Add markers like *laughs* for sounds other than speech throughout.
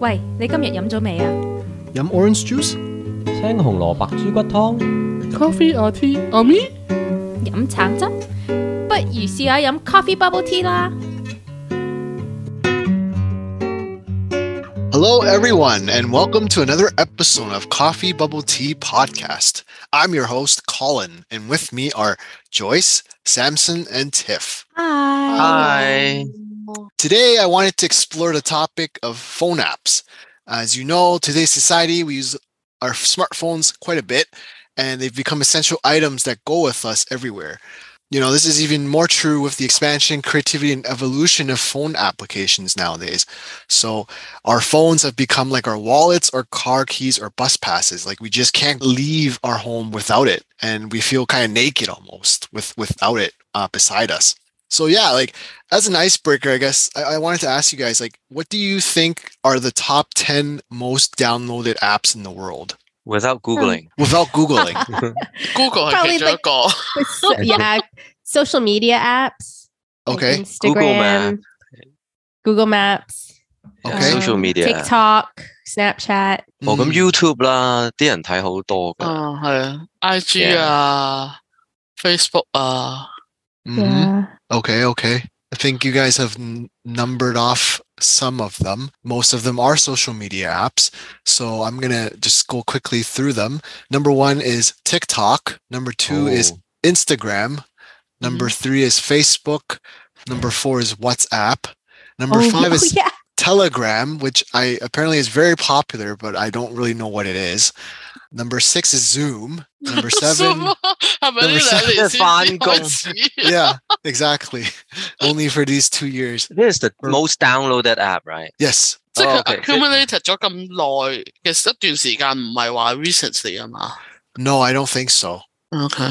喂，你今日飲咗未啊？飲 orange juice？青紅蘿蔔豬骨湯， Coffee or tea or me？飲橙汁，不如試下飲 coffee bubble tea 啦。 Hello, everyone, and welcome to another episode of Coffee Bubble Tea Podcast. I'm your host, Colin, and with me are Joyce, Samson, and Tiff. Hi， Today, I wanted to explore the topic of phone apps. As you know, today's society, we use our smartphones quite a bit, and they've become essential items that go with us everywhere. You know, this is even more true with the expansion, creativity, and evolution of phone applications nowadays. So, our phones have become like our wallets or car keys or bus passes. Like, we just can't leave our home without it. And we feel kind of naked almost with, without it uh, beside us. So, yeah, like, as an icebreaker, I guess I, I wanted to ask you guys, like, what do you think are the top 10 most downloaded apps in the world without googling， without *laughs* Googling? Google 係 Probably 其中一 like- 個 With so- yeah, social media apps. like okay. Instagram, Google Map. Google Maps, um, Okay. social media。 TikTok, Snapchat. 哦，咁嗯 YouTube 啦，啲人睇好多噶。啊，系啊，I Oh, G 啊，Facebook uh, 啊， Mhm. Okay. Okay. I think you guys have n- numbered off some of them. Most of them are social media apps. So I'm going to just go quickly through them. Number one is TikTok. Number two is Instagram. Number Mm-hmm. three is Facebook. Number four is WhatsApp. Number Oh, five *laughs* oh, is yeah. Telegram, which I apparently is very popular, but I don't really know what it is. Number six is Zoom. Number *laughs* 什 seven. 么係咪呢，number 兩 seven Oh, 年先翻工開始 yeah, exactly. *laughs* Only for these two years. This is the most downloaded app, right？Oh, Yes. *laughs* 即係哦，OK，佢即係 accumulated 咗咁耐嘅一段時間，唔係話 recently 啊嘛。 No, I don't think so. OK，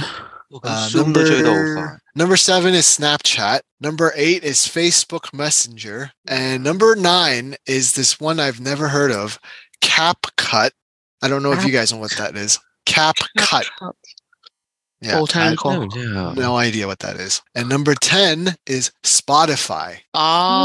Uh, 咁 Zoom 都追到好快 number, number seven is Snapchat. Number eight is Facebook Messenger. And number nine is this one I've never heard of, CapCut. I don't know if you guys know what that is. CapCut. Yeah. 冇聽真過係唔知 I have 啊。 no idea what that is. And number 10 is Spotify.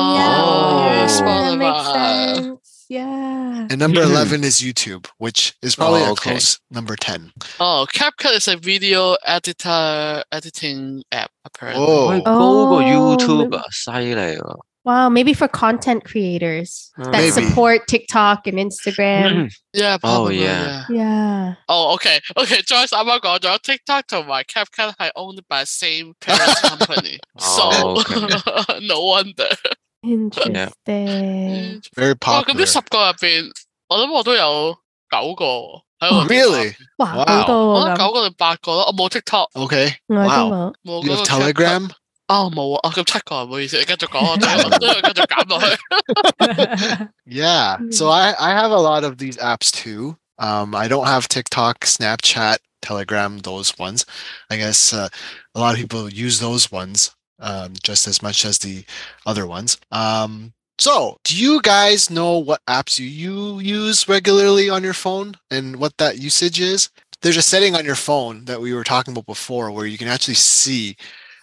啊 Yeah, Oh. that makes ，Spotify sense. Yeah. And number 11 is YouTube, which is probably Hmm. Oh, a okay. close number 10. 哦，CapCut Oh, is a video editor editing app apparently。可以 Oh, 高過 Oh， YouTube 啊，犀利啊！ Wow, maybe for content creators that Maybe. support TikTok and Instagram. Yeah, Oh, probably, yeah. Mm-hmm. yeah. yeah. Oh, okay, okay. Joyce 啱啱講咗 TikTok 同埋 CapCut 係 owned by same parent *laughs* company, Oh, so 哦，OK *laughs* no wonder。 Interesting. 嗯 very 哇，咁 popular. 呢十個入邊，我諗我都有九個喎喺我 *laughs* Really? 哇， Wow. 我好多喎，諗咁。九個定八個咯，我冇 TikTok， Okay. 我都冇。冇 You 嗰個 have Telegram? 啊，冇啊，哦咁七個，唔好意思，你繼續講，我 *laughs* 都要都要繼續減落去。 *laughs* Yeah. So I, I have a lot of these apps too. Um, I don't have TikTok, Snapchat, Telegram, those ones. I guess uh, a lot of people use those ones um, just as much as the other ones. Um, so, do you guys know what apps you, you use regularly on your phone and what that usage is? There's a setting on your phone that we were talking about before where you can actually see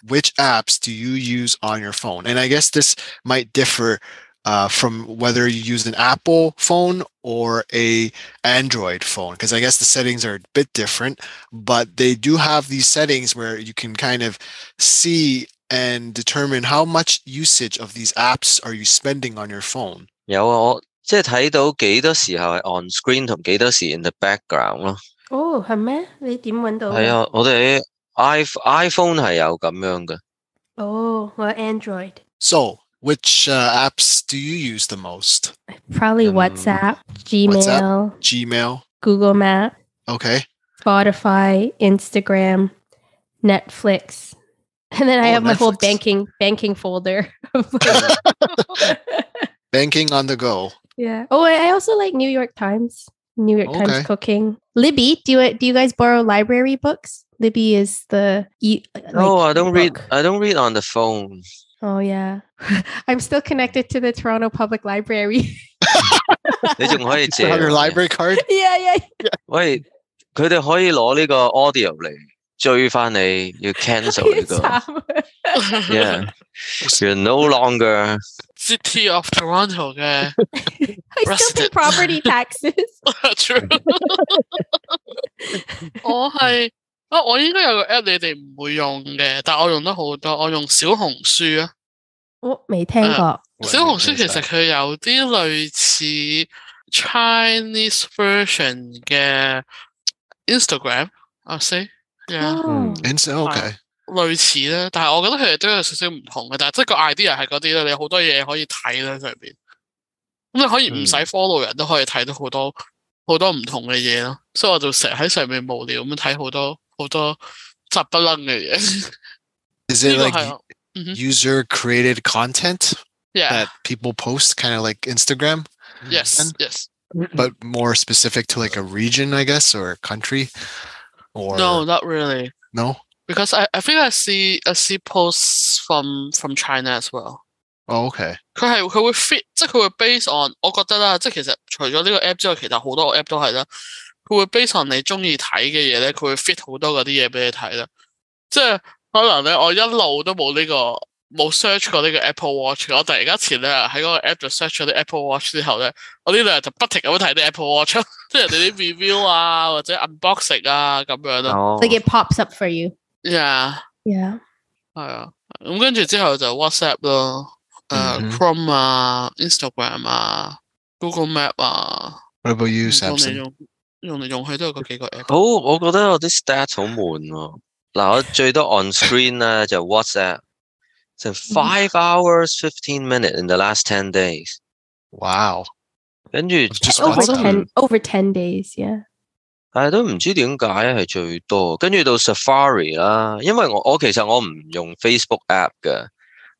which apps do you use on your phone. And I guess this might differ uh, from whether you use an Apple phone or a Android phone, because I guess the settings are a bit different, but they do have these settings where you can kind of see and determine how much usage of these apps are you spending on your phone. *clears throat* 有啊，我即係睇到幾多時候係 on screen 同幾多時 in the background 咯。Oh, 哦，係咩？你點搵到？係啊，我哋 i iPhone 係有咁樣嘅。Oh, 哦，我Android。 So, which uh, apps do you use the most? Probably Um, WhatsApp, Gmail, Gmail. Google Map, Okay. Spotify, Instagram, Netflix. *laughs* And then I Oh, have my whole Netflix. banking banking *laughs* folder. *laughs* of, like- Banking on the go. yeah. Oh, I I also like New York Times. New York Okay. Times cooking. Libby, do you do you guys borrow library books? Libby is the e- like No, Oh, I don't read. book. I don't read on the phone. *laughs* Oh yeah. *laughs* I'm still connected to the Toronto Public Library. *laughs* 你仲可以 Do you 借 have your 我嘅 library card? yeah, yeah. 喂，佢哋可以攞呢個 audio 嚟追翻你，要 cancel *laughs* 呢個。Yeah, you're no longer City of Toronto 嘅 I still pay Rusted. property taxes. *laughs* True 我係啊，我應該有個 app 你哋唔會用嘅，但我用得好多，我用小紅書啊。我未聽過，小紅書其實佢有啲類似 Chinese version 嘅 Instagram，我啊 say 哦嗯 Ins- okay. 類似啦，但係我覺得佢哋都有少少唔同嘅，但係即係個 idea 係嗰啲啦，你有好多嘢可以睇啦上邊，咁你可以唔使嗯 follow 人都可以睇到好多好多唔同嘅嘢咯，所以我就成日喺上面無聊咁樣睇好多好多雜不楞嘅嘢， *laughs* Is 呢 it 個 like 係 u- 我嗯哼 user created content yeah that people post, kind of like Instagram, yes yes but more specific to like a region, I guess, or a country? Or no not really no? because I I think I see I see posts from from China as well。 Oh, okay. 佢係佢會 fit，即係佢會 base on，我覺得啦，即係其實除咗呢個 app 之外，其實好多個 app 都係啦，佢會 base on 你中意睇嘅嘢咧，佢會 fit 好多嗰啲嘢俾你睇啦。即係可能咧，我一路都冇呢、個冇 search 過呢個 Apple Watch，我突然間前兩日喺嗰個 app 度 search 咗啲 Apple Watch 之後咧，我呢兩日就不停咁樣睇啲 Apple Watch，即係 *laughs* 人哋啲 review 啊或者 unboxing 啊咁樣咯。哦 like it pops up for you. Yeah。 Yeah. 系啊，咁跟住之後就 WhatsApp 咯，诶、嗯哼 Chrome 啊、Instagram 啊、Google Map 啊， What about you, 用嚟 Samson? 用用嚟用去都有嗰幾個 app。好，我覺得我啲 stat 好悶喎。嗱，我最多 on screen 咧就 WhatsApp，成 five hours fifteen minute in the last ten days， Wow. 跟住 Just Over WhatsApp. Oh ten over ten days. Yeah. 但係都唔知點解係最多，跟住到 Safari 啦，因為我我其實我唔用 Facebook app 嘅，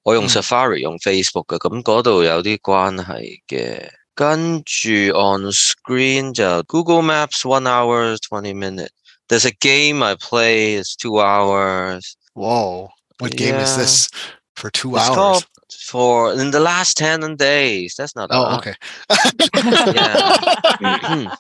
我用嗯 Safari 用 Facebook 嘅，咁嗰度有啲關係嘅。跟住 on screen 就 Google Maps one hour twenty minute。There's a game I play is two hours。 Whoa. What game is Yeah. this? For two It's hours. called for in the last ten days. That's not. Mm-hmm. a Oh, lot. okay. *laughs* *laughs* Yeah.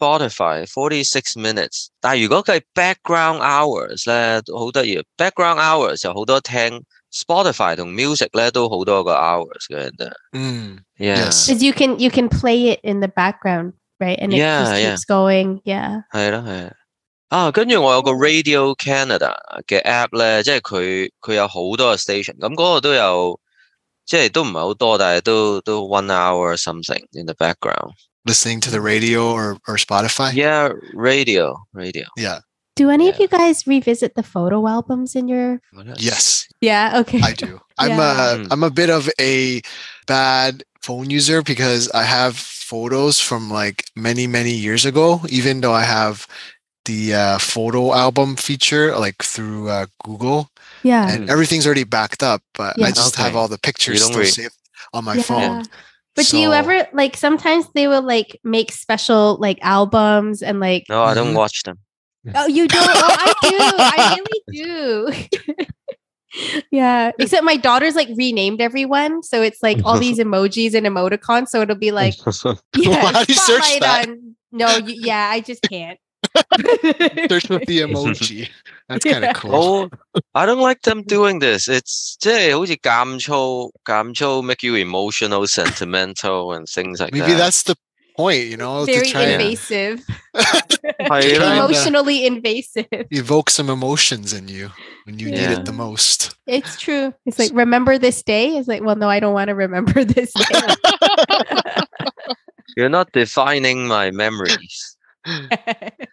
Spotify forty six minutes，但係如果計 background hours 咧，好得意。background hours 有好多聽 Spotify 同 music 咧都好多個 hours 嘅人哋。 Mm. Yes. Yeah， Because you can you can play it in the background, right? And it Yeah, just yeah. keeps going. Yeah. 係啦係啦。啊，跟住我有個 Radio Canada 嘅 app 咧，即係佢佢有好多個 station，咁嗰個都有，即係都唔係好多，但係都都 one hour something in the background。 Listening to the radio or, or Spotify? Yeah，radio，radio。 Yeah. Do any of Yeah. you guys revisit the photo albums in your Yes, Yeah, *laughs* okay. I *laughs* do. I'm Yeah. a I'm a bit of a bad phone user because I have photos from like many many years ago, even though I have the uh, photo album feature like through uh, Google yeah. and everything's already backed up, but Yeah. I just have Okay. all the pictures don't still re- saved on my yeah. phone. But do you So- ever like sometimes they will like make special like albums and like No, I don't Mhm. watch them. oh you don't *laughs* oh, I do. I really do. *laughs* yeah. Except my daughter's like renamed everyone. So it's like *laughs* all these emojis and emoticons. So it'll be like yeah, Why do you search spotlight that? on no, you, yeah, I just can't. *laughs* Search *laughs* with *laughs* the emoji. That's kind Yeah. of cool. Oh, I don't like them doing this. It's 即係好似減粗、減粗 make you emotional, sentimental and things like Maybe that. that's the point, you know, Very to try and *laughs* invasive. *laughs* 係啦啦， Emotionally invasive. evoke some emotions in you when you need it the Yeah. most. It's true. It's like remember this day. It's like, well, no, I don't want to remember this day. *laughs* *laughs* you're not defining my memories.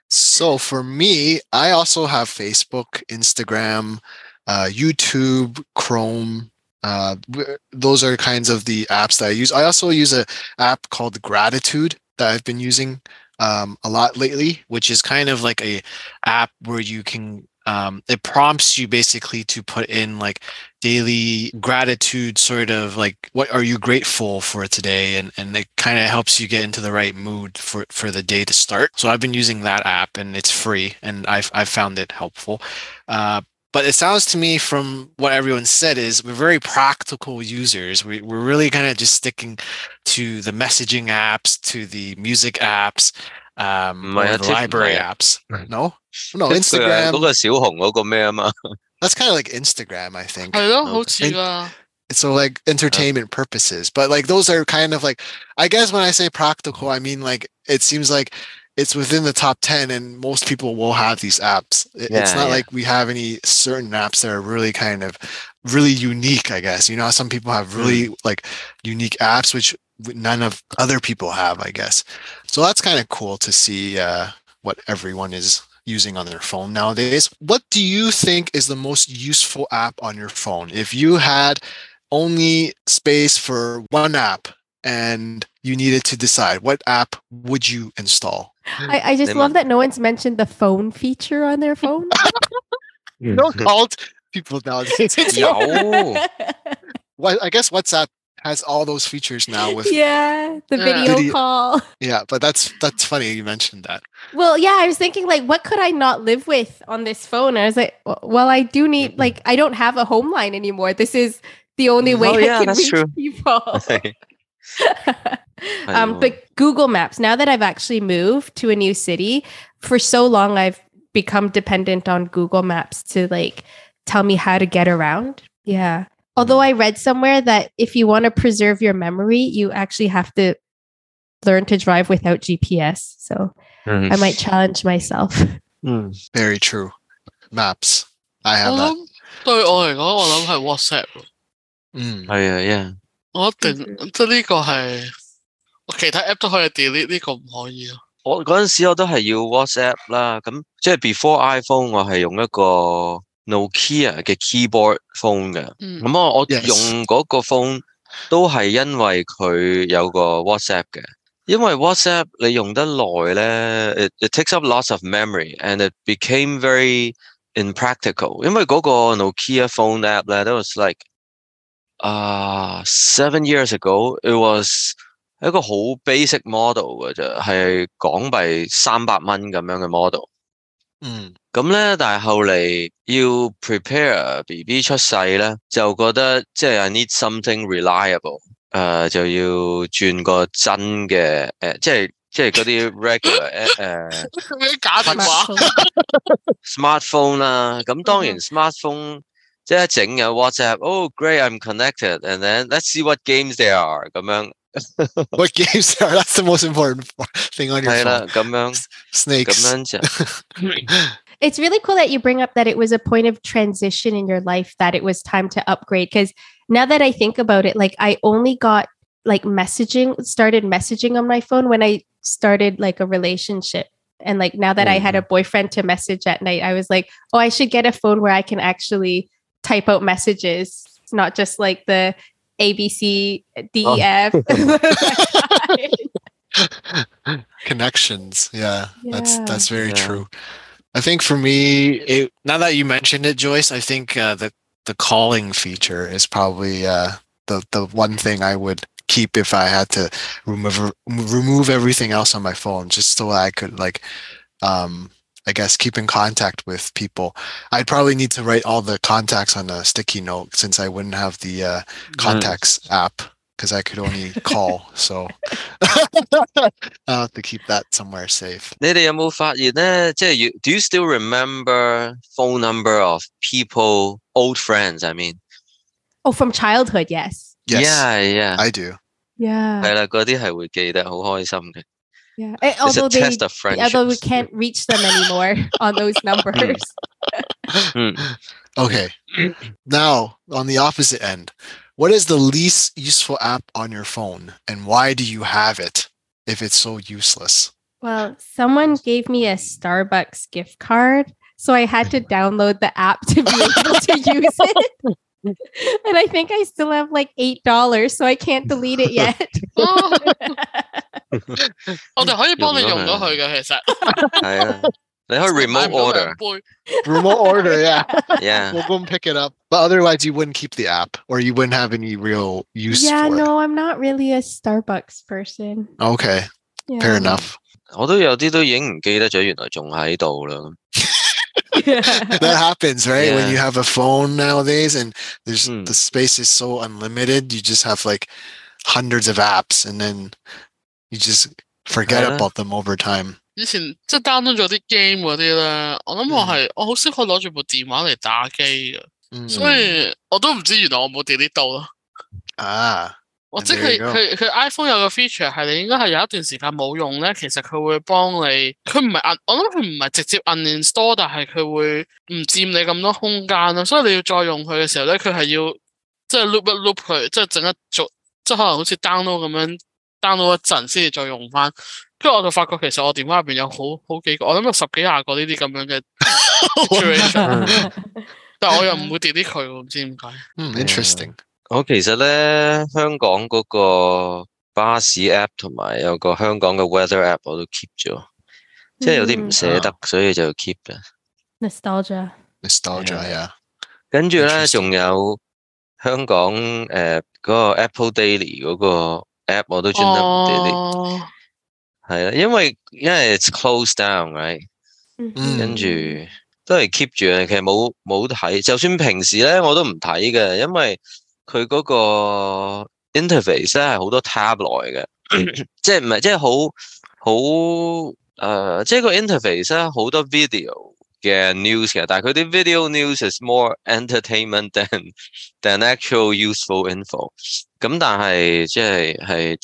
So for me, I also have Facebook, Instagram, uh, YouTube, Chrome. Uh, w- those are kinds of the apps that I use. I also use a app called Gratitude that I've been using um, a lot lately, which is kind of like a app where you can um, it prompts you basically to put in like daily gratitude sort of like what are you grateful for today and and it kind of helps you get into the right mood for for the day to start so i've been using that app and it's free and i've i've found it helpful uh but it sounds to me from what everyone said is we're very practical users we, we're really kind of just sticking to the messaging apps to the music apps um, 唔係啊 or the ，Tiff 唔係 library 啊 apps. No, *laughs* no 嗰 Oh, Instagram. 個小紅嗰個咩 *laughs* 啊嘛？ That's kind of like Instagram, I think. 係嗯咯，好似噶， So like Uh-huh. entertainment purposes, but like those are kind of like I guess when I say practical, I mean like it seems like it's within the top ten, and most people will have these apps. It- it's Yeah, not yeah. like we have any certain apps that are really kind of really unique. I guess you know how some people have Mm. really like unique apps which w- none of other people have. I guess so. That's kind of cool to see uh, what everyone is using on their phone nowadays. What do you think is the most useful app on your phone? If you had only space for one app and you needed to decide what app would you install? I, I just They love might- that no one's mentioned the phone feature on their phone. Don't call people nowadays. *laughs* *laughs* 有。 Well, I guess WhatsApp has all those features now with yeah. yeah, the Yeah. video Video- call. but that's that's funny you mentioned that. Well, yeah, I was thinking like, what could I not live with on this phone? And I was like, w- well, I do need like, I don't have a home line anymore. This is the only way Oh, I yeah, can that's reach true. people. *laughs* um, 係喎。 but Google Maps. Now that I've actually moved to a new city, for so long I've become dependent on Google Maps to like tell me how to get around. Yeah. Although I read somewhere that if you want to preserve your memory, you actually have to learn to drive without GPS. So I might challenge myself. Very true. Maps. I 我 have that. 諗對我嚟講，我諗係 WhatsApp 喎。 Mm. 係啊，yeah。我一定即係呢個係，我其他 app 都可以 delete，呢個唔可以咯。 *laughs* 我嗰阵时我都係要 WhatsApp 啦，咁即係 before iPhone 我係用一個 Nokia 嘅 keyboard phone 嘅，嗯咁我我 Yes 用嗰個 phone 都係因為佢有個 WhatsApp 嘅，因為 WhatsApp 你用得耐咧，it it takes up lots of memory and it became very impractical，因為嗰個 Nokia phone app 咧，that was like 啊、seven years ago，it was 一個好 basic model 嘅啫，係港幣三百蚊咁樣嘅 model。 Mm. 咁咧，但係後嚟要 prepare B B 出世咧，就覺得即係 I need something reliable，誒、就要轉個真嘅誒、即係即係嗰啲 regular 誒、咩假電 *laughs* 話？ smartphone 啦，咁當然嗯 smartphone 即係一整有 WhatsApp，oh great，I'm connected，and then let's see what games there are 咁樣， What *laughs* games are that's the most important *laughs* thing on your 係 phone. 啦，咁樣咁 Snakes. 樣就 It's really cool that you bring up that it was a point of transition in your life that it was time to upgrade. Because now that I think about it, like I only got like messaging, started messaging on my phone when I started like a relationship. And like now that I had Mm. a boyfriend to message at night, I was like, oh, I should get a phone where I can actually type out messages, not just like the ABC, Oh. *laughs* DEF. connections yeah, that's Yeah. that's very Yeah. true i think for me it, now that you mentioned it joyce i think uh, the the calling feature is probably uh the the one thing i would keep if i had to remove remove everything else on my phone just so i could like um i guess keep in contact with people i'd probably need to write all the contacts on a sticky note since i wouldn't have the uh contacts app because i could only call so *laughs* I'll have to keep that somewhere safe. 你哋有冇發現咧？即係 you do you still remember phone number of people old friends? I mean, *laughs* oh, from childhood, yes. Uh。 Yes, yeah, yeah， I do. Yeah. 係啦，嗰啲係會記得好開心嘅。 Yeah. Eh, Uh, It's a although they, test of although we friendship。 can't reach them *laughs* anymore on those numbers. Hmm. Okay. now, on the opposite end, what is the least useful app on your phone and why do you have it if it's so useless? well, someone gave me a Starbucks gift card, so I had to download the app to be able *laughs* to use it. and I think I still have like eight dollars, so I can't delete it yet. 我哋可以幫你用咗佢用到佢嘅，其實係啊，你可以 remote *laughs* 買唔到兩 order。杯 *laughs* Remote order, yeah. Yeah， We'll go and pick it up. But otherwise, you wouldn't keep the app or you wouldn't have any real *laughs* use yeah, for no, I'm not really a Starbucks person. it. Okay, Yeah. fair *laughs* enough. 我都有啲都已經唔記得咗，原來仲喺度啦。 that happens, right? When Yeah. you have a phone nowadays and there's Mm. the space is so unlimited, you just have like hundreds of apps and then you just forget Yeah. about them over time. 以前即係 download 咗啲 game 嗰啲咧，我諗我係、我好少可攞住部電話嚟打機嘅，Hmm. 嗯所以我都唔知原來我冇 delete 到咯。啊，或者 There 佢 you go 佢佢 iPhone 有個 feature 係你應該係有一段時間冇用咧，其實佢會幫你，佢唔係 un- 我諗佢唔係直接 uninstall，但係佢會唔佔你咁多空間咯，所以你要再用佢嘅時候咧，佢係要即係 loop 一 loop 佢，即係整一做，即係可能好似 download 咁樣 download 一陣先至再用翻。跟住我就發覺其實我電話入邊有好好幾個，我諗有十幾廿個呢啲咁樣嘅 *laughs* situation，但 Hmm. 我又唔會 delete 佢喎，唔知點解。嗯，interesting。Hmm, 我其實咧，香港嗰個巴士 app 同埋有個香港嘅 weather app 我都 keep 咗，即係有啲 Mm-hmm. 唔捨得，所以就 keep 啦。 nostalgia. Nostalgia, Yeah. yeah. 跟住咧， Interesting 仲有香港诶嗰、個 Apple Daily 嗰個 app 我都專登唔 delete，哦，係啦，因為因為 it's closed down，right？嗯跟住都係 keep 住嘅，其實冇冇睇，就算平時咧我都唔睇嘅，因為佢嗰個 interface 咧係好多 tab 來嘅， *clears throat* 即係唔係即係好好誒，即係個 interface 咧好多 video 嘅 news 嘅，但係佢啲 video news is more entertainment than *laughs* than actual useful info。咁但係即係係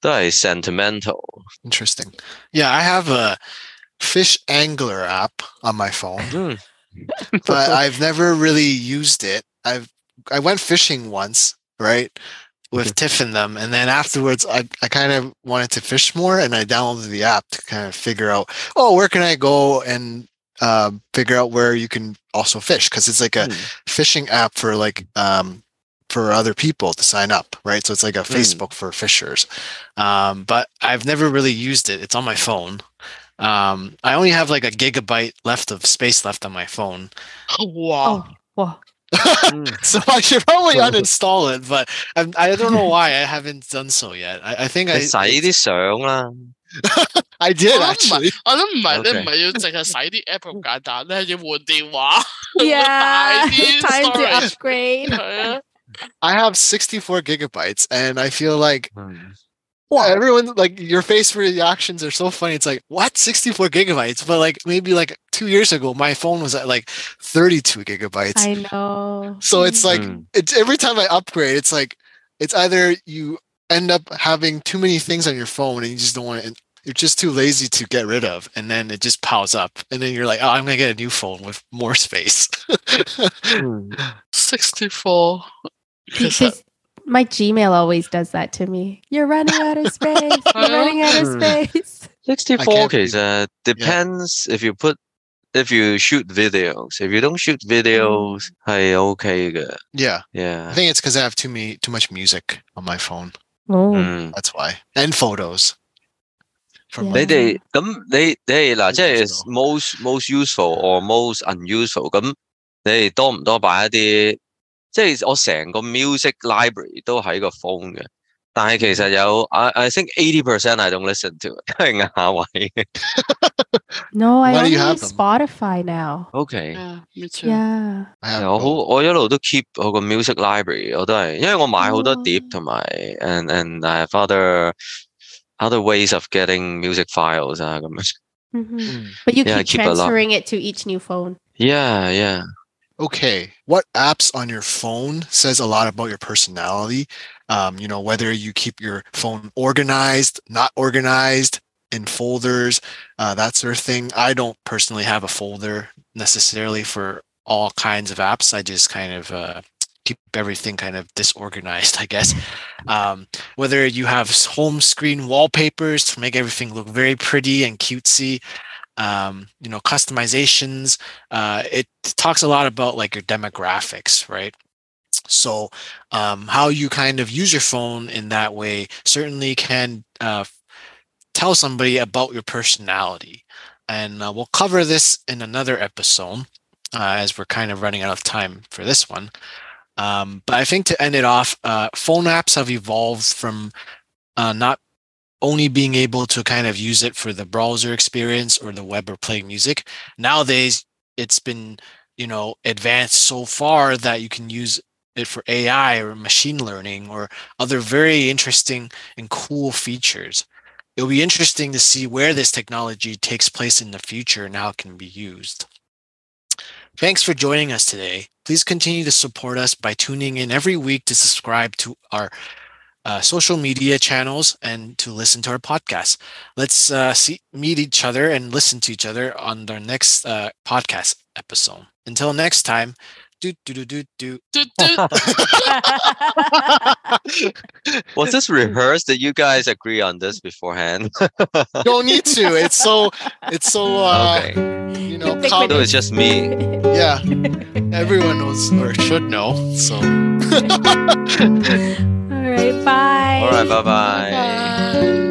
都係 sentimental。 Interesting. Yeah, I have a fish angler app on my phone. Mm. but I've never really used it. I've I went fishing once, right? With Tiff and them, and then afterwards, I, I kind of wanted to fish more, and I downloaded the app to kind of figure out, oh, where can I go and uh, figure out where you can also fish because it's like a Mm. fishing app for like um for other people to sign up, right? So it's like a Mm. Facebook for fishers. Um, but I've never really used it. It's on my phone. Um, I only have like a gigabyte left of space left on my phone, 哇！ Oh, wow. 嗯 *laughs* *laughs* so I should probably uninstall it. But I'm, I don't know why I haven't done so yet. I, I think 你 I 洗啲相啦。 I did Oh my- actually. 我諗唔係 Okay 你唔係要淨係洗啲 app 咁簡單，你係要換電話。 *laughs* Yeah. Ideas, Time to storage. upgrade. 係啊， I have 64 gigabytes, and I feel like 嗯 Wow, everyone like your face reactions are so funny. It's like what 64 gigabytes, but like maybe like two years ago, my phone was at like 32 gigabytes. I know. so it's *laughs* like Mm. it's every time I upgrade, it's like it's either you end up having too many things on your phone and you just don't want to. You're just too lazy to get rid of, and then it just piles up, and then you're like, "Oh, I'm gonna get a new phone with more space." *laughs* Hmm. ，sixty four。其實 because my Gmail always does that to me. You're running out of space. You're running out of Mm. space. Sixty can't four 其實 depends if you put if you shoot videos. If you don't shoot videos 係 OK 嘅 yeah, I ，yeah。 think it's because I have too many, too much music on my phone. *laughs* Oh, 嗯， That's why, and photos. From Yeah. 你哋咁你你哋嗱，即係 Digital most most useful or most unuseful 咁，你哋多唔多擺一啲？即係我成個 music library 都喺個 phone 嘅，但 Ừ. 係其實有 I I think eighty percent I don't listen to，都 *laughs* à, 係亞位嘅。 no, Why I do only you have use them? Spotify now. OK。 me too Yeah. I have 我好 both. 我一路都 keep 我個 music library，我都係，因為我買好多碟哦同埋，and and I have other other ways of getting music files 啊咁樣。 Mhm. Mm. But you Yeah, I keep keep a lot. transferring it to each new phone. Yeah, yeah. Okay, what apps on your phone says a lot about your personality. Um, you know, whether you keep your phone organized, not organized, in folders, uh, that sort of thing. I don't personally have a folder necessarily for all kinds of apps. I just kind of uh, keep everything kind of disorganized, *laughs* I guess. Um, whether you have s- home screen wallpapers to make everything look very pretty and cutesy, um, you know, customizations, uh, it talks a lot about like your demographics, right? So, um, how you kind of use your phone in that way certainly can uh, tell somebody about your personality. And uh, we'll cover this in another episode uh, as we're kind of running out of time for this one. Um, but I think to end it off, uh, phone apps have evolved from uh, not only being able to kind of use it for the browser experience or the web or play music. Nowadays, it's been you know advanced so far that you can use it for AI or machine learning or other very interesting and cool features. it'll be interesting to see where this technology takes place in the future and how it can be used. Thanks for joining us today. Please continue to support us by tuning in every week to subscribe to our uh, social media channels and to listen to our podcast. Let's uh, see, meet each other and listen to each other on our next uh, podcast episode. Until next time, do do do do do. Doot, doot. Was this rehearsed? Did you guys agree on this beforehand? Don't need to. It's so it's so uh, *laughs* okay. you know Thick common. So it's just me. Yeah, everyone knows or should know. So. All right. Bye. All right. Bye bye. Bye.